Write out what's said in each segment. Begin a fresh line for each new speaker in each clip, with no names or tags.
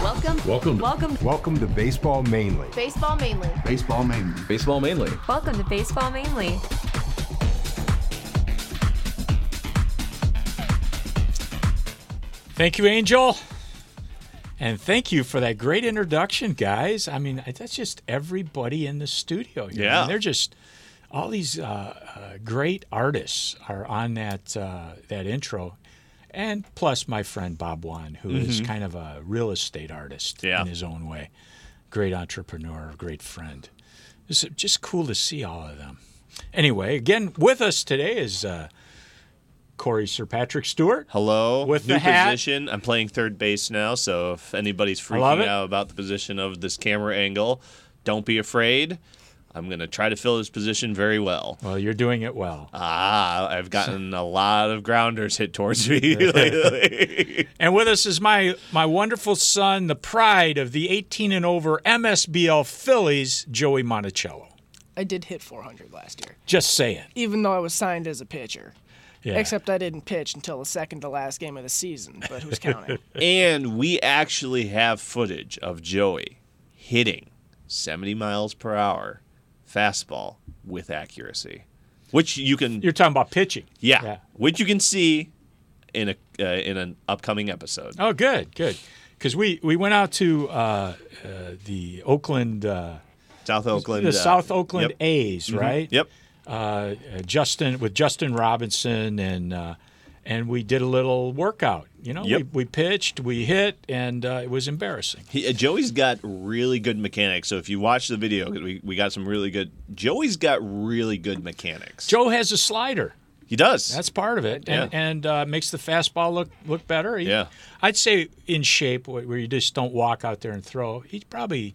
Welcome. to-
Welcome to
Welcome to Baseball Mainly.
Baseball Mainly.
Baseball mainly.
Baseball mainly.
Welcome to Baseball Mainly.
Thank you, Angel. And thank you for that great introduction, guys. I mean, that's just everybody in the studio. Here. I mean,
Yeah.
they're just all these uh, uh, great artists are on that uh, that intro, and plus my friend Bob Wan, who is kind of a real estate artist
Mm-hmm. Yeah.
in his own way, great entrepreneur, great friend. It's just cool to see all of them. Anyway, again with us today is uh, Corey Sir Patrick Stewart.
Hello.
With
New
the hat.
position. I'm playing third base now, so if anybody's
love
freaking
it.
out about the position of this camera angle, don't be afraid. I'm going to try to fill this position very well.
Well, you're doing it well.
Ah, I've gotten a lot of grounders hit towards me lately.
And with us is my my wonderful son, the pride of the 18 and over MSBL Phillies, Joey Monticello.
I did hit 400 last year,
Just saying.
even though I was signed as a pitcher.
Yeah.
Except I didn't pitch until the second to last game of the season, but who's counting?
and we actually have footage of Joey hitting 70 miles per hour fastball with accuracy, which you can
you're talking about pitching.
Yeah,
Yeah.
which you can see in a uh, in an upcoming episode.
Oh, good, good. Because we we went out to uh, uh, the Oakland, uh,
South Oakland,
the
uh,
South Oakland
Yep. Mm-hmm.
A's, right?
yep.
uh, Justin with Justin Robinson and uh, and we did a little workout. You know,
Yep.
we, we pitched, we hit, and uh, it was embarrassing.
He, uh, Joey's got really good mechanics. So if you watch the video, we, we got some really good. Joey's got really good mechanics.
Joe has a slider.
he does.
That's part of it, and,
Yeah.
and uh, makes the fastball look look better. He-
Yeah.
I'd say in shape, wh- where you just don't walk out there and throw. He's probably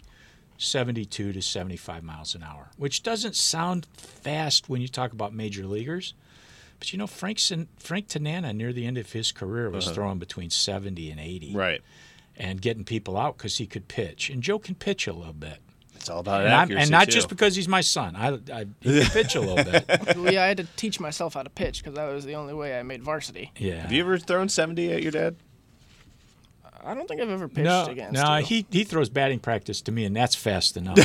seventy-two to seventy-five miles an hour, which doesn't sound fast when you talk about major leaguers. But you know, Frank Sin- Frank Tanana near the end of his career was throwing between seventy and eighty,
Uh-huh. right.
and getting people out because he could pitch, and Joe can pitch a little bit.
It's all about
And, I'm-
accuracy
and not
too.
just because he's my son. I, I he can pitch a little bit.
Well, yeah, I had to teach myself how to pitch because that was the only way I made varsity.
Yeah.
Have you ever thrown seventy at your dad?
I don't think I've ever pitched
no,
against.
No,
you.
he he throws batting practice to me, and that's fast enough.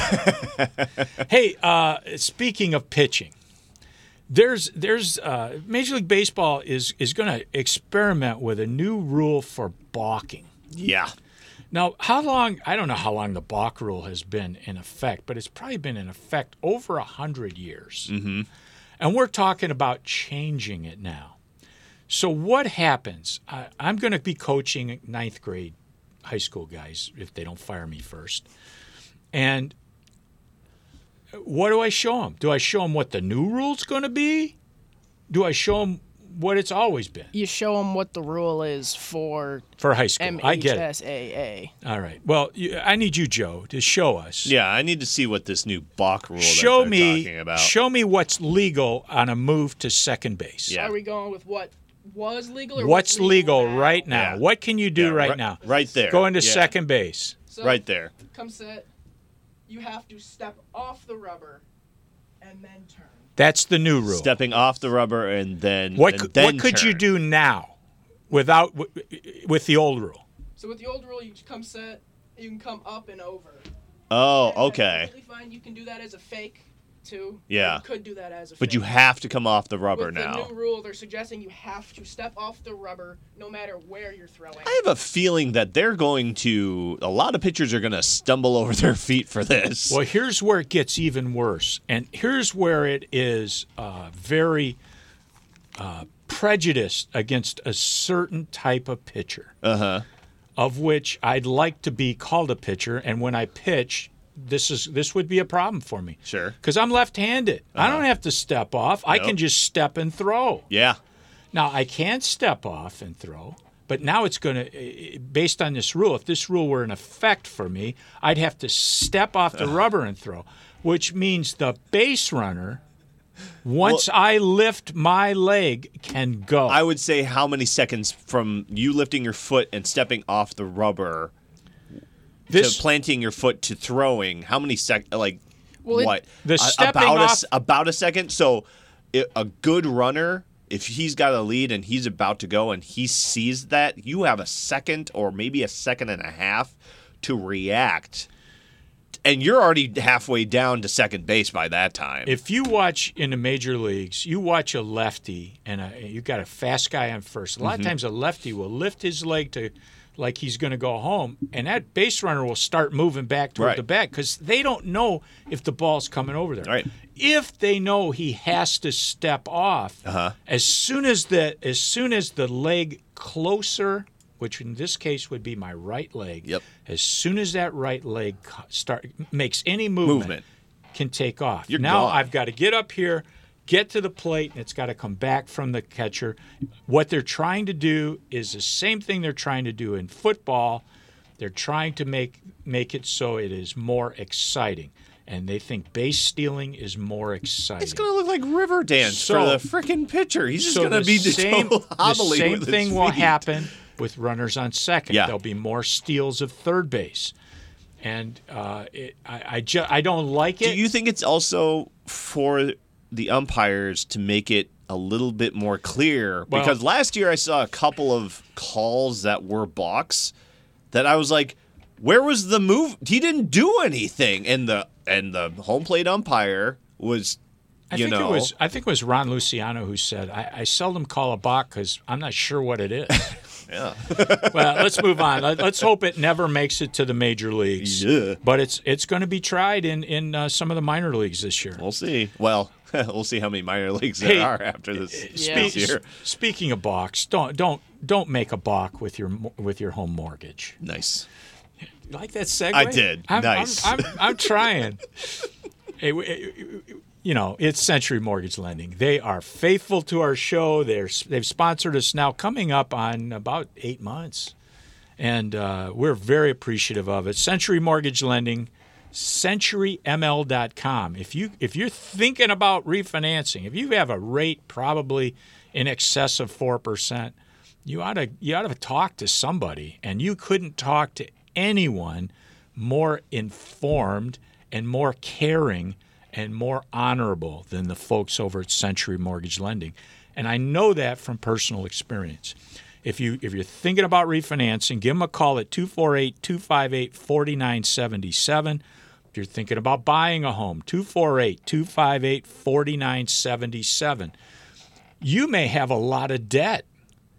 hey, uh, speaking of pitching, there's there's uh, Major League Baseball is is going to experiment with a new rule for balking.
Yeah.
Now, how long? I don't know how long the balk rule has been in effect, but it's probably been in effect over a hundred years. Mm-hmm. And we're talking about changing it now. So what happens? I, I'm going to be coaching ninth grade high school guys if they don't fire me first. And what do I show them? Do I show them what the new rule's going to be? Do I show them what it's always been
You show him what the rule is for
for high school? I get it.
MHSAA.
All right. Well, you, I need you, Joe, to show us.
Yeah. I need to see what this new balk rule. that
Show
they're Talking
me.
about.
Show me what's legal on a move to second base.
Yeah.
Are we going with what was legal or
What's legal
now?
right now?
Yeah.
What can you do
Yeah,
right
right-
now?
right there.
Go into
Yeah.
second base.
So,
right there.
Come set. You have to step off the rubber and then turn.
That's the new rule.
Stepping off the rubber and then
what
and
could,
then
what could you
turn.
do now without w- with the old rule?
So with the old rule, you come set. You can come up and over.
Oh,
That's
okay.
completely fine. You can do that as a fake, too.
Yeah.
You could do that as a.
But
fake.
you have to come off the rubber
With
now.
the new rule, they're suggesting you have to step off the rubber no matter where you're throwing.
I have a feeling that they're going to. A lot of pitchers are going to stumble over their feet for this.
Well, here's where it gets even worse, and here's where it is uh, very uh, prejudiced against a certain type of pitcher, uh-huh. of which I'd like to be called a pitcher. And when I pitch, this is this would be a problem for me.
Sure.
because I'm left-handed. I don't have to step off. I can
Nope.
just step and throw.
yeah,
Now I can step off and throw, but now it's going to, based on this rule, if this rule were in effect for me, I'd have to step off the rubber and throw, which means the base runner, once I lift my leg, can go.
I would say how many seconds from you lifting your foot and stepping off the rubber
this,
to planting your foot to throwing? How many sec? Like
Well, it-
what?
The
A-
stepping
about a,
off-
s- about a second. So i a a good runner. If he's got a lead and he's about to go and he sees that, you have a second or maybe a second and a half to react. And you're already halfway down to second base by that time.
If you watch in the major leagues, you watch a lefty and a, you got a fast guy on first. A lot
Mm-hmm.
of times, a lefty will lift his leg to like he's going to go home, and that base runner will start moving back toward
Right.
the bat because they don't know if the ball's coming over there.
Right.
If they know he has to step off,
Uh-huh.
as soon as the as soon as the leg closer, which in this case would be my right leg,
Yep.
as soon as that right leg co- start makes any movement,
Movement.
can take off.
You're
now
gone.
I've got to get up here, get to the plate, and it's got to come back from the catcher. What they're trying to do is the same thing they're trying to do in football. They're trying to make make it so it is more exciting, and they think base stealing is more exciting.
It's gonna look like river dance
So-
for the freaking pitcher. He's just
so
gonna
the
be just
same,
total
the
hobbling
same
with his
thing will
feet.
happen with runners on second.
Yeah.
There'll be more steals of third base, and uh, it, I I, ju- I don't like it.
Do you think it's also for the umpires to make it a little bit more clear?
Well-
because last year I saw a couple of calls that were balks that I was like, where was the move? He didn't do anything, and the and the home plate umpire was,
I
you
think
know,
it was. I think it was Ron Luciano who said, "I, I seldom call a balk because I'm not sure what it is."
Yeah.
well, let's move on. Let, us hope it never makes it to the major leagues.
Yeah.
But it's it's going to be tried in in uh, some of the minor leagues this year.
We'll see. Well, we'll see how many minor leagues there
Hey,
are after this,
Spe-
this year.
s- speaking of balks, don't don't don't make a balk with your mo- with your home mortgage.
Nice.
You Like that segue?
I did.
I'm,
Nice.
I'm, I'm, I'm trying. Hey, w- eh, you know, it's Century Mortgage Lending. They are faithful to our show. They're they've sponsored us now, coming up on about eight months, and uh, we're very appreciative of it. Century Mortgage Lending, CenturyML.com. If you if you're thinking about refinancing, if you have a rate probably in excess of four percent, you ought to you ought to talk to somebody, and you couldn't talk to anyone more informed and more caring and more honorable than the folks over at Century Mortgage Lending. And I know that from personal experience. If you if you're thinking about refinancing, give them a call at 248-258-4977. If you're thinking about buying a home, 248-258-4977. You may have a lot of debt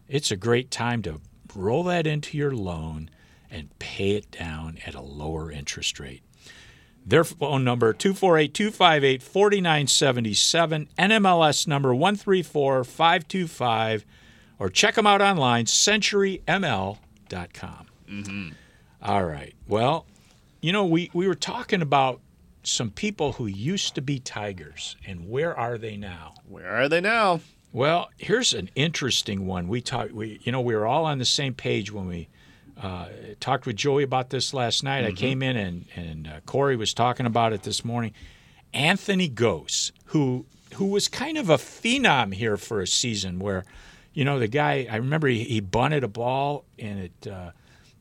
it's a great time to roll that into your loan and pay it down at a lower interest rate. Their phone number 248-258-4977, NMLS number 134525 or check them out online centuryml.com. All right. Well, you know we we were talking about some people who used to be tigers and where are they now?
Where are they now?
Well, here's an interesting one. We talked. We, you know, we were all on the same page when we uh, talked with Joey about this last night. I came in and and uh, Corey was talking about it this morning. Anthony Gose, who who was kind of a phenom here for a season, where, you know, the guy. I remember he, he bunted a ball and it uh,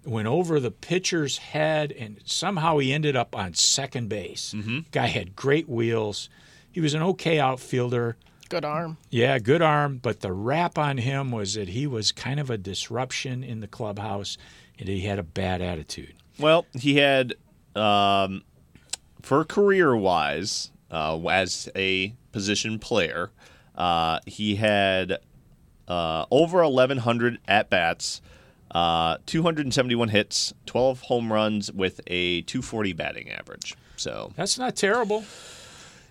went over the pitcher's head, and somehow he ended up on second base. Guy had great wheels. He was an okay outfielder.
Good arm.
Yeah, good arm, but the rap on him was that he was kind of a disruption in the clubhouse and he had a bad attitude.
Well, he had, um, for career wise, uh, as a position player, uh, he had uh, over 1,100 at bats, uh, 271 hits, 12 home runs with a 240 batting average. So
That's not terrible.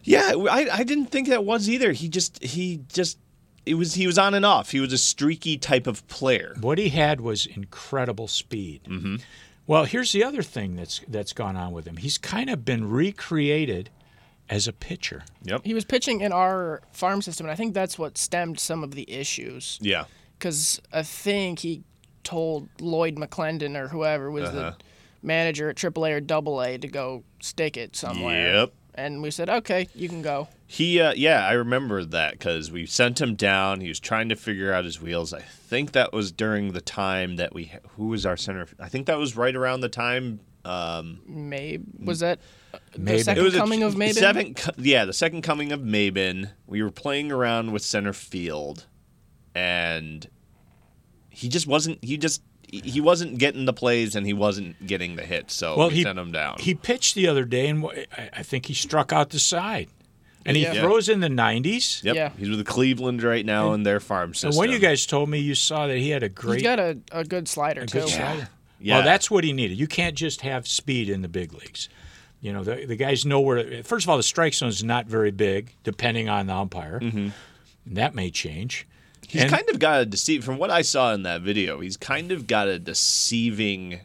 yeah, I, I didn't think that was either. He just he just it was he was on and off. He was a streaky type of player.
What he had was incredible speed. Mm-hmm. Well, here's the other thing that's that's gone on with him. He's kind of been recreated as a pitcher.
Yep.
He was pitching in our farm system, and I think that's what stemmed some of the issues.
Yeah.
because I think he told Lloyd McClendon or whoever was
Uh-huh.
the manager at AAA or AA to go stick it somewhere.
Yep.
And we said, okay, you can go.
He, uh, yeah, I remember that because we sent him down. He was trying to figure out his wheels. I think that was during the time that we, who was our center? I think that was right around the time. Um,
Maybe was that the
Maybe.
it
second
was a-
coming of Maiden?
Second, co- yeah, the second coming of Maben. We were playing around with center field, and he just wasn't. He just he wasn't getting the plays and he wasn't getting the hits, so
Well,
we
he
sent him down.
He pitched the other day, and wh- I I think he struck out the side, and he
Yeah. Yeah.
throws in the 90s.
yep,
Yeah.
he's with Cleveland right now in their farm system.
And when you guys told me you saw that he had a
He's
great,
got a, a good slider too.
good slider.
Yeah.
Well, that's what he needed. You can't just have speed in the big leagues. You know, the, the guys know where. to- First of all, the strike zone is not very big, depending on the umpire.
Mm-hmm.
And that may change.
He's
And-
kind of got a deceive from what I saw in that video. He's kind of got a deceiving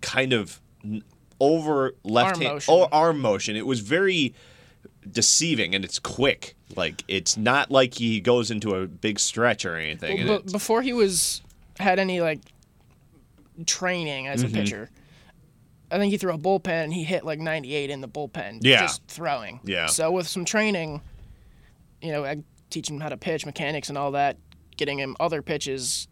kind of n- over left hand
motion.
or arm motion. It was very deceiving and it's quick. Like it's not like he goes into a big stretch or anything.
Well,
and
but
it's-
before he was had any like training as a pitcher, I think he threw a bullpen and he hit like 98 in the bullpen.
Yeah.
just throwing.
Yeah.
So with some training, you know, I teach him how to pitch mechanics and all that, getting him other pitches.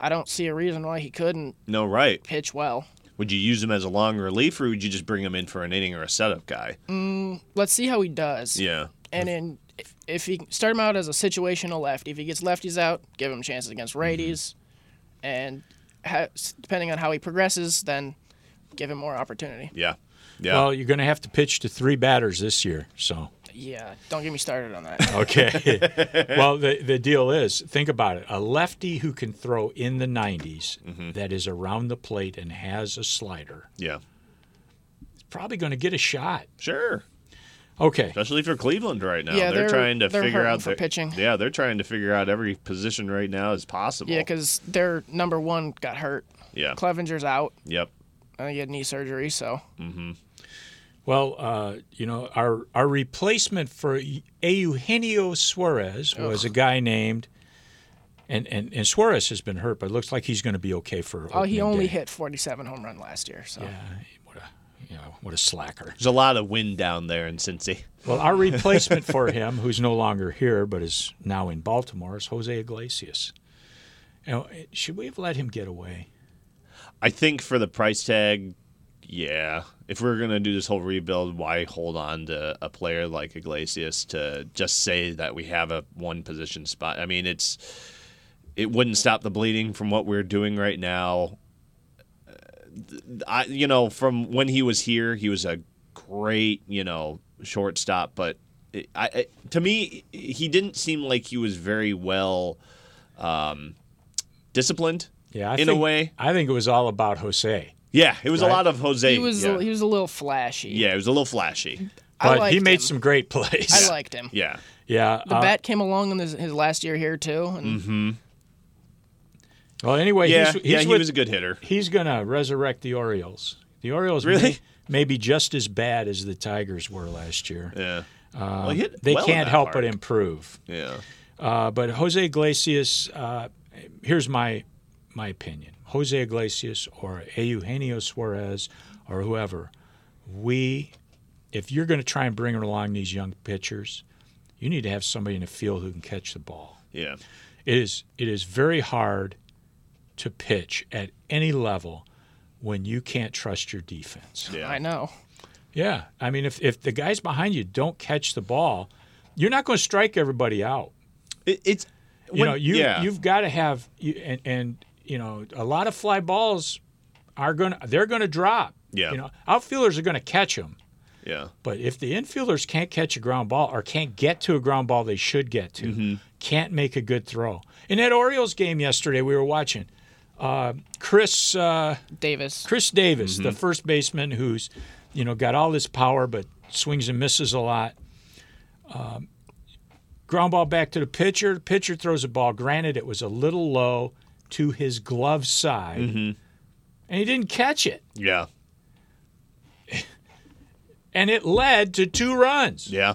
I don't see a reason why he couldn't
no right.
pitch well.
Would you use him as a long relief or would you just bring him in for an inning or a setup guy?
Mm. Let's see how he does.
Yeah.
And then if, if he start him out as a situational lefty, if he gets lefties out, give him chances against righties, and ha- s- depending on how he progresses, then give him more opportunity.
Yeah. Yeah.
Well, you're going to have to pitch to three batters this year. So,
Yeah, don't get me started on that.
okay. well, the, the deal is think about it a lefty who can throw in the 90s
Mm-hmm.
that is around the plate and has a slider
yeah.
is probably going to get a shot.
Sure.
Okay.
especially for Cleveland right now.
Yeah,
they're,
they're-
trying to
they're
figure
hurting
out
for
their
pitching.
Yeah, they're trying to figure out every position right now as possible.
yeah, because their number one got hurt.
yeah,
Clevenger's out.
yep,
I think he had knee surgery, so
Well, uh, you know, our our replacement for Eugenio Suarez was a guy named, and, and, and Suarez has been hurt, but it looks like he's going to be okay for.
oh,
opening
he only
day.
hit 47 home run last year. So
Yeah, what a you know what a slacker.
there's a lot of wind down there in Cincy.
Well, our replacement for him, who's no longer here but is now in Baltimore, is Jose Iglesias. You know, eh, should we have let him get away?
I think for the price tag, yeah, if we're gonna do this whole rebuild, why hold on to a player like Iglesias to just say that we have a one position spot? I mean, it's it wouldn't stop the bleeding from what we're doing right now. I you know from when he was here, he was a great you know shortstop, but it, I, I to me he didn't seem like he was very well um, disciplined.
Yeah, I
in
think,
a way.
I think it was all about Jose.
Yeah, it was
Right?
a lot of Jose.
he was
yeah.
he was a little flashy.
yeah, it was a little flashy.
I
But he
liked
made
him.
some great plays.
I liked him.
Yeah,
yeah,
The
uh,
bat came along in his, his last year here too, and
well, anyway,
yeah,
he's, he's
yeah. He
with-
was a good hitter.
he's going to resurrect the Orioles. The Orioles
Really?
may, may be just as bad as the Tigers were last year.
Yeah, well, he hit
Uh, They
Uh, well in
can't
that
help
park.
but improve.
Yeah,
Uh, but Jose Iglesias, uh, here's my my opinion: Jose Iglesias or Eugenio Suarez or whoever, we, if you're going to try and bring along these young pitchers, you need to have somebody in the field who can catch the ball.
yeah,
It is it is very hard to pitch at any level when you can't trust your defense.
yeah.
I know.
Yeah. I mean if, if the guys behind you don't catch the ball, you're not going to strike everybody out.
It, it's
You
when-
know, you
yeah.
you've got to have you, and and you know, a lot of fly balls are going to they're going to drop.
Yeah.
You know, outfielders are going to catch them.
yeah,
But if the infielders can't catch a ground ball or can't get to a ground ball they should get to, can't make a good throw. In that Orioles game yesterday, we were watching uh, Chris uh,
Davis.
Chris Davis, the first baseman who's you know got all this power but swings and misses a lot. Um, ground ball back to the pitcher. The pitcher throws a ball. Granted, it was a little low to his glove side, and he didn't catch it,
yeah,
and it led to two runs.
yeah.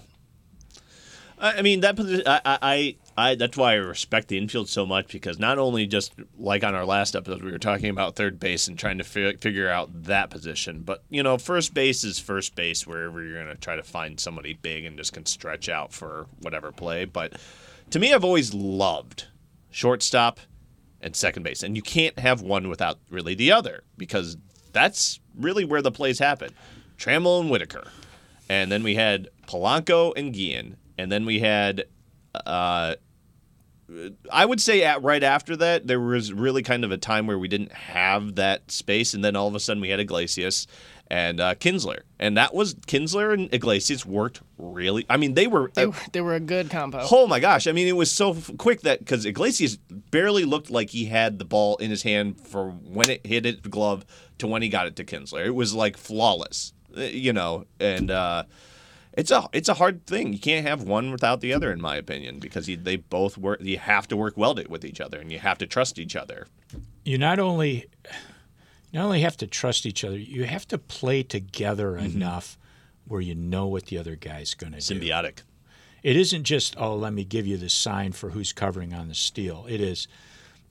I, I mean that position. I, I, I, I, that's why I respect the infield so much because not only just like on our last episode we were talking about third base and trying to fi- figure out that position, but you know first base is first base wherever you're going to try to find somebody big and just can stretch out for whatever play. But to me, I've always loved shortstop and second base, and you can't have one without really the other because that's really where the plays happen. Trammell and Whitaker, and then we had Polanco and Guillen, and then we had uh, I would say at right after that there was really kind of a time where we didn't have that space, and then all of a sudden we had Iglesias and uh, Kinsler, and that was Kinsler and Iglesias worked really. I mean, they were.
They, were- they were a good combo.
Oh my gosh! I mean, it was so f- quick that because Iglesias barely looked like he had the ball in his hand for when it hit it, the glove to when he got it to Kinsler. It was like flawless, uh, you know. And uh, it's a it's a hard thing. You can't have one without the other, in my opinion, because you, they both work. You have to work well to- with each other, and you have to trust each other.
you not only not only have to trust each other, you have to play together enough where you know what the other guy's going to do.
Symbiotic.
It isn't just oh, let me give you the sign for who's covering on the steel. It is,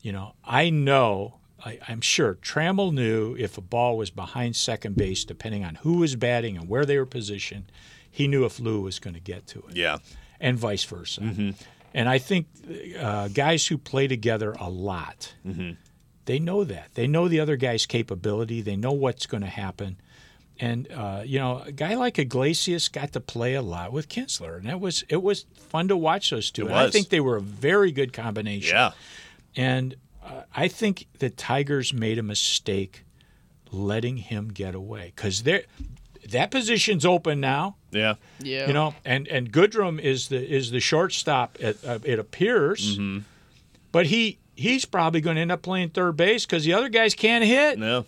you know, I know. I, I'm sure Trammell knew if a ball was behind second base, depending on who was batting and where they were positioned, he knew if Lou was going to get to it
Yeah.
and vice versa.
Mm-hmm.
And I think uh, guys who play together a lot,
Mm-hmm.
they know that. They know the other guy's capability. They know what's going to happen. And uh, you know, a guy like Iglesias got to play a lot with Kinsler, and that was it was fun to watch those two.
It
And I
was.
think they were a very good combination.
Yeah.
And uh, I think the Tigers made a mistake letting him get away because they that position's open now.
Yeah.
yeah.
You know, and and Goodrum is the is the shortstop. It, uh, it appears,
Mm-hmm.
but he he's probably going to end up playing third base because the other guys can't hit.
No.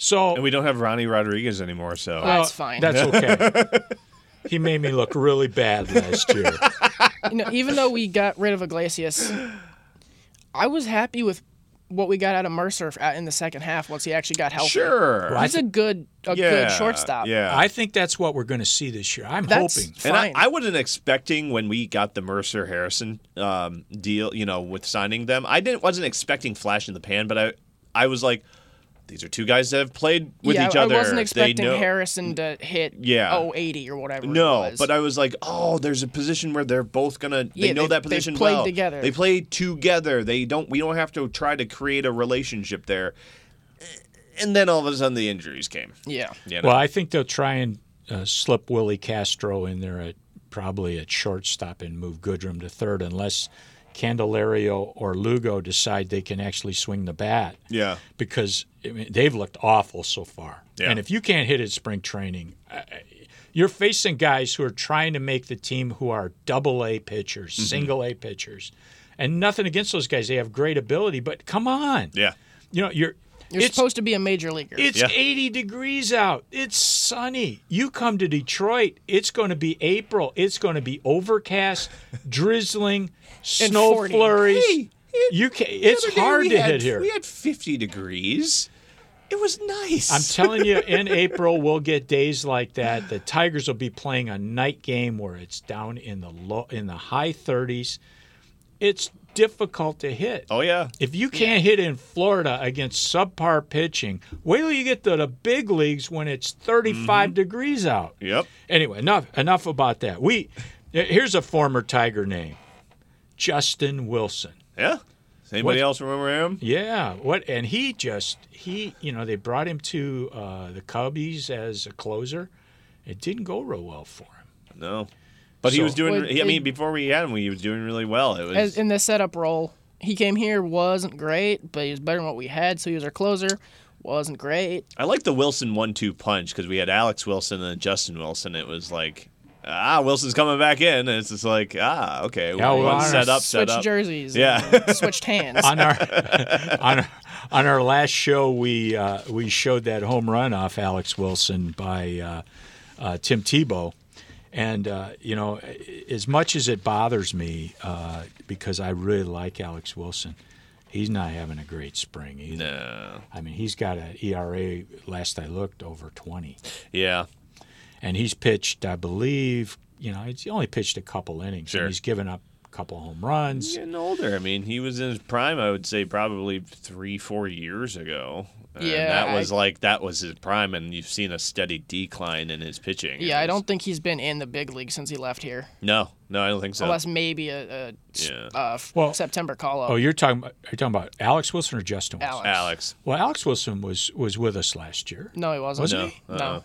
So uh,
And we don't have Ronnie Rodriguez anymore, so
Well, that's fine.
That's okay. he made me look really bad last year.
You know, even though we got rid of Iglesias, I was happy with what we got out of Mercer out in the second half once he actually got healthy.
sure.
He's a good a
yeah.
good shortstop.
Yeah.
I think that's what we're going to see this year. I'm
That's
hoping.
fine.
And I, I wasn't expecting when we got the Mercer Harrison um, deal, you know, with signing them. I didn't wasn't expecting flash in the pan, but I I was like, these are two guys that have played with
yeah,
each
I-
other.
I wasn't
They
expecting
know-
Harrison to hit
Yeah.
oh eighty or whatever. it
No,
was.
but I was like, oh, there's a position where they're both gonna. They
Yeah,
know
they-
that
they
position
played
well.
together.
They play together. They don't. We don't have to try to create a relationship there. And then all of a sudden, the injuries came.
yeah.
You know?
Well, I think they'll try and uh, slip Willie Castro in there at probably at shortstop and move Goodrum to third, unless Candelario or Lugo decide they can actually swing the bat.
Yeah.
Because I mean, they've looked awful so far.
Yeah.
And if you can't hit at spring training, I- I- you're facing guys who are trying to make the team who are double A pitchers,
Mm-hmm.
single A pitchers. And nothing against those guys. They have great ability, but come on.
Yeah.
You know, you're
You're
it's
supposed to be a major leaguer.
it's
Yeah.
80 degrees out. It's sunny. You come to Detroit, it's going to be April. It's going to be overcast, drizzling, snow
40.
flurries.
Hey, it-
you can,
The
it's
other day
hard
we
to
had-
hit here.
We had 50 degrees. It was nice.
I'm telling you, in April we'll get days like that. The Tigers will be playing a night game where it's down in the low in the high 30s. It's difficult to hit.
Oh yeah.
If you can't hit in Florida against subpar pitching, wait till you get to the big leagues when it's
Mm-hmm.
35 degrees out.
Yep.
Anyway, enough enough about that. We here's a former Tiger name, Justin Wilson.
Yeah. Does anybody
What-
else remember him?
Yeah, what? And he just he you know they brought him to uh, the Cubbies as a closer. It didn't go real well for him.
No. But he was
So-
doing.
Well,
he- I
it-
mean, before we had him, he was doing really well. It was.
As in the setup role, he came here wasn't great, but he was better than what we had, so he was our closer. Wasn't great.
I like the Wilson one-two punch because we had Alex Wilson and Justin Wilson. It was like, ah, Wilson's coming back in, and it's just like, ah, okay,
Yeah, well,
one
on our
set up, set
Switched
up.
jerseys.
Yeah.
and switched hands.
on our on our, on our last show, we uh, we showed that home run off Alex Wilson by uh, uh, Tim Tebow, and uh, you know, as much as it bothers me uh, because I really like Alex Wilson, he's not having a great spring either.
No.
I mean, he's got an ERA last I looked over twenty,
Yeah.
and he's pitched, I believe, you know, he's only pitched a couple innings,
Sure.
and he's given up a couple home runs.
He's getting older. I mean, he was in his prime. I would say probably three, four years ago. And
Yeah,
that was
I-
like that was his prime, and you've seen a steady decline in his pitching.
yeah, I
It was-
don't think he's been in the big league since he left here,
No, no, I don't think so.
unless maybe a, a s-
Yeah.
uh, f-
Well-
September call up.
Oh, you're talking about you're talking about Alex Wilson or Justin Wilson?
Alex.
Alex.
Well, Alex Wilson was was with us last year.
No, he wasn't.
Was
No,
No.
uh-uh.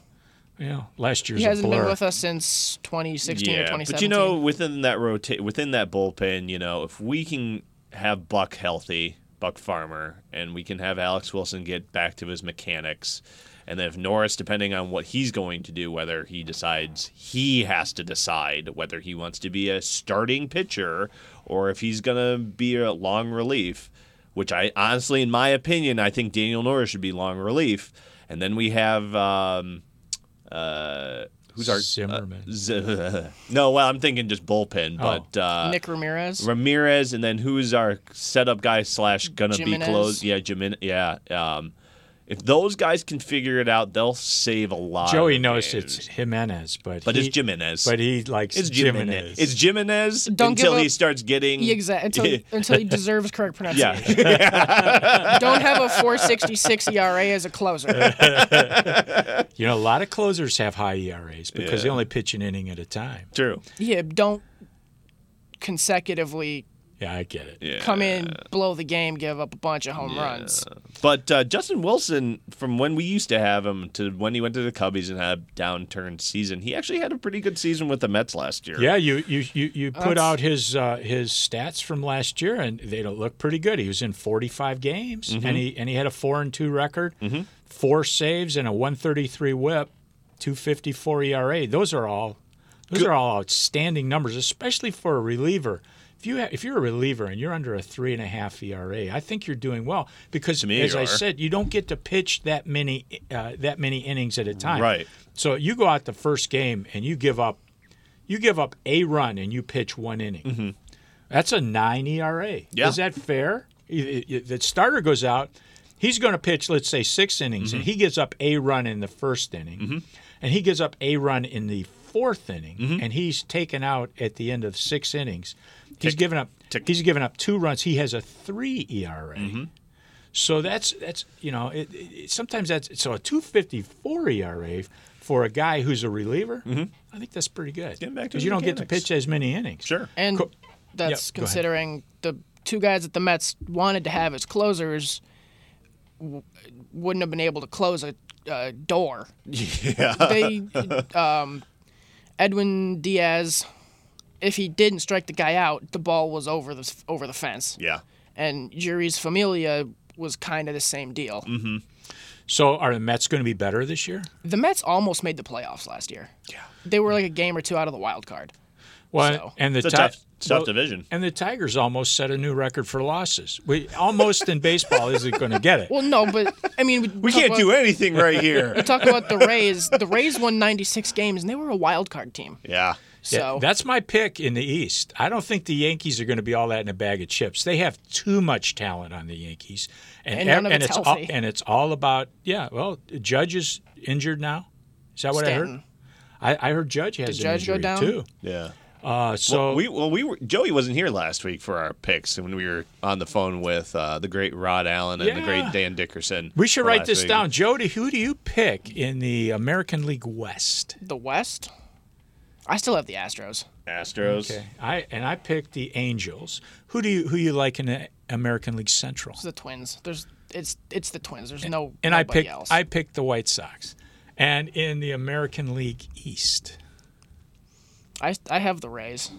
Yeah, last year's
He
a
hasn't
blur.
been with us since 2016 or
yeah,
2017.
but you know, within that rota- within that bullpen, you know, if we can have Buck healthy, Buck Farmer, and we can have Alex Wilson get back to his mechanics, and then if Norris, depending on what he's going to do, whether he decides he has to decide whether he wants to be a starting pitcher or if he's gonna be a long relief, which I honestly, in my opinion, I think Daniel Norris should be long relief, and then we have. Um, uh, who's our
Zimmerman.
Z- no, well, I'm thinking just bullpen,
Oh.
but uh,
Nick Ramirez.
Ramirez, and then who's our setup guy slash gonna be
Jimenez.
close? Yeah, Jimenez. Yeah. Um, if those guys can figure it out, they'll save a lot.
Joey
of
knows
games.
it's Jimenez, but
but
he,
it's Jimenez.
But he likes
it's
Jimenez.
Jimenez. It's Jimenez
Don't give
until he
up-
starts getting
He exa- until, he- until he deserves correct pronunciation.
yeah.
Don't have a 466 ERA as a closer.
you know, a lot of closers have high ERAs because they
Yeah.
only pitch an inning at a time.
True.
yeah, uh, don't consecutively
Yeah, I get it.
Yeah.
come in, blow the game, give up a bunch of home runs.
But uh, Justin Wilson, from when we used to have him to when he went to the Cubbies and had a downturn season, he actually had a pretty good season with the Mets last year.
Yeah, you you you, you put
That's-
out his uh, his stats from last year, and they don't look pretty good. He was in 45 games,
Mm-hmm.
and he and he had a four and two record, four saves, and a 133 WHIP, 254 ERA. Those are all those are all outstanding numbers, especially for a reliever. If you ha- if you're a reliever and you're under a three and a half ERA, I think you're doing well because,
me,
as
you
I
are.
said, you don't get to pitch that many uh, that many innings at a time.
Right.
So you go out the first game and you give up you give up a run and you pitch one inning. That's a nine ERA.
Mm-hmm. Yeah.
Is that fair? Y- y- The starter goes out. He's going to pitch, let's say, six innings,
Mm-hmm.
and he gives up a run in the first inning, and he gives up a run in the fourth inning,
Mm-hmm.
and he's taken out at the end of six innings. He's given up.
Tick. Mm-hmm.
He's given up two runs. He has a three E ERA. So that's that's you know it, it, it- sometimes that's so a two fifty four ERA for a guy who's a reliever. I think that's pretty good.
Getting Mm-hmm. back to
'Cause
the
you don't get to
mechanics.
pitch as many innings.
Sure.
And
Cool.
that's
Yeah, go ahead.
considering the two guys that the Mets wanted to have as closers w- wouldn't have been able to close a, a door.
Yeah.
They, um, Edwin Diaz, if he didn't strike the guy out, the ball was over the s- over the fence.
Yeah.
And Jury's Familia was kind of the same deal.
Mm-hmm.
So are the Mets going to be better this year?
The Mets almost made the playoffs last year.
Yeah.
They were like a game or two out of the wild card.
Well,
So-
and the
It's a
Ti-
tough, tough
well,
division.
And the Tigers almost set a new record for losses. We almost in baseball isn't going to get it.
Well, no, but I mean, we,
We
talk
can't
about,
do anything right here.
We talk about the Rays. The Rays won 96 games, and they were a wild card team.
yeah.
Yeah,
So
that's my pick in the East. I don't think the Yankees are going to be all that in a bag of chips. They have too much talent on the Yankees,
And
ev-
none of it's
it's all,
healthy.
and it's all about yeah. Well, Judge is injured now. Is that what
Stanton.
I heard? I, I heard Judge has an
Judge go
injury
down?
too.
Yeah.
Uh, so
we well we were Joey wasn't here last week for our picks and we were on the phone with uh, the great Rod Allen and the
Yeah.
great Dan Dickerson.
we should
for
write
last
this
week.
down, Jody. Who do you pick in the American League West?
the West, I still have the Astros.
Astros.
Okay, I and I picked the Angels. Who do you who you like in the American League Central?
It's the Twins. There's it's it's the Twins. There's no
and I
nobody
picked
else.
I picked the White Sox, and in the American League East.
I I have the Rays.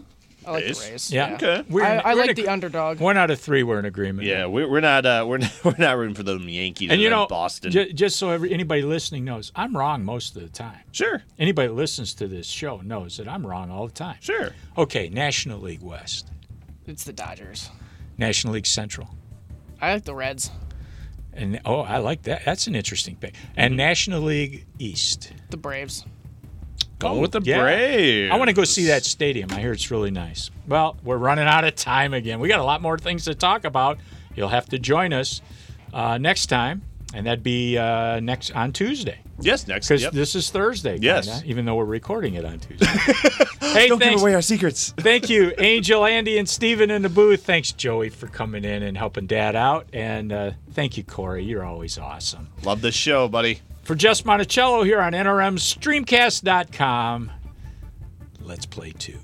I like
Rays?
the Rays.
Yeah, We're
I,
in-
I
we're in
like
a-
the underdog.
One out of three were in agreement.
Yeah, we, we're not uh, we're not, we're not rooting for them Yankees
and you
them
know,
Boston.
ju- just so every, anybody listening knows, I'm wrong most of the time.
sure,
Anybody that listens to this show knows that I'm wrong all the time.
sure.
Okay, National League West,
It's the Dodgers.
National League Central,
I like the Reds.
and oh, I like that. That's an interesting pick.
Mm-hmm.
And National League East.
The Braves.
Going
Oh,
with the
yeah.
Braves.
I want to go see that stadium. I hear it's really nice. Well, we're running out of time again. We got a lot more things to talk about. You'll have to join us uh, next time, and that'd be uh, next on Tuesday
Yes, next.
because
Yep.
this is Thursday.
Yes.
kinda, even though we're recording it on Tuesday. hey, thanks.
our secrets.
Thank you, Angel, Andy, and Steven in the booth. Thanks, Joey, for coming in and helping Dad out. And uh, thank you, Corey. You're always awesome.
Love this show, buddy.
For Jess Monticello here on NRMStreamcast.com, let's play two.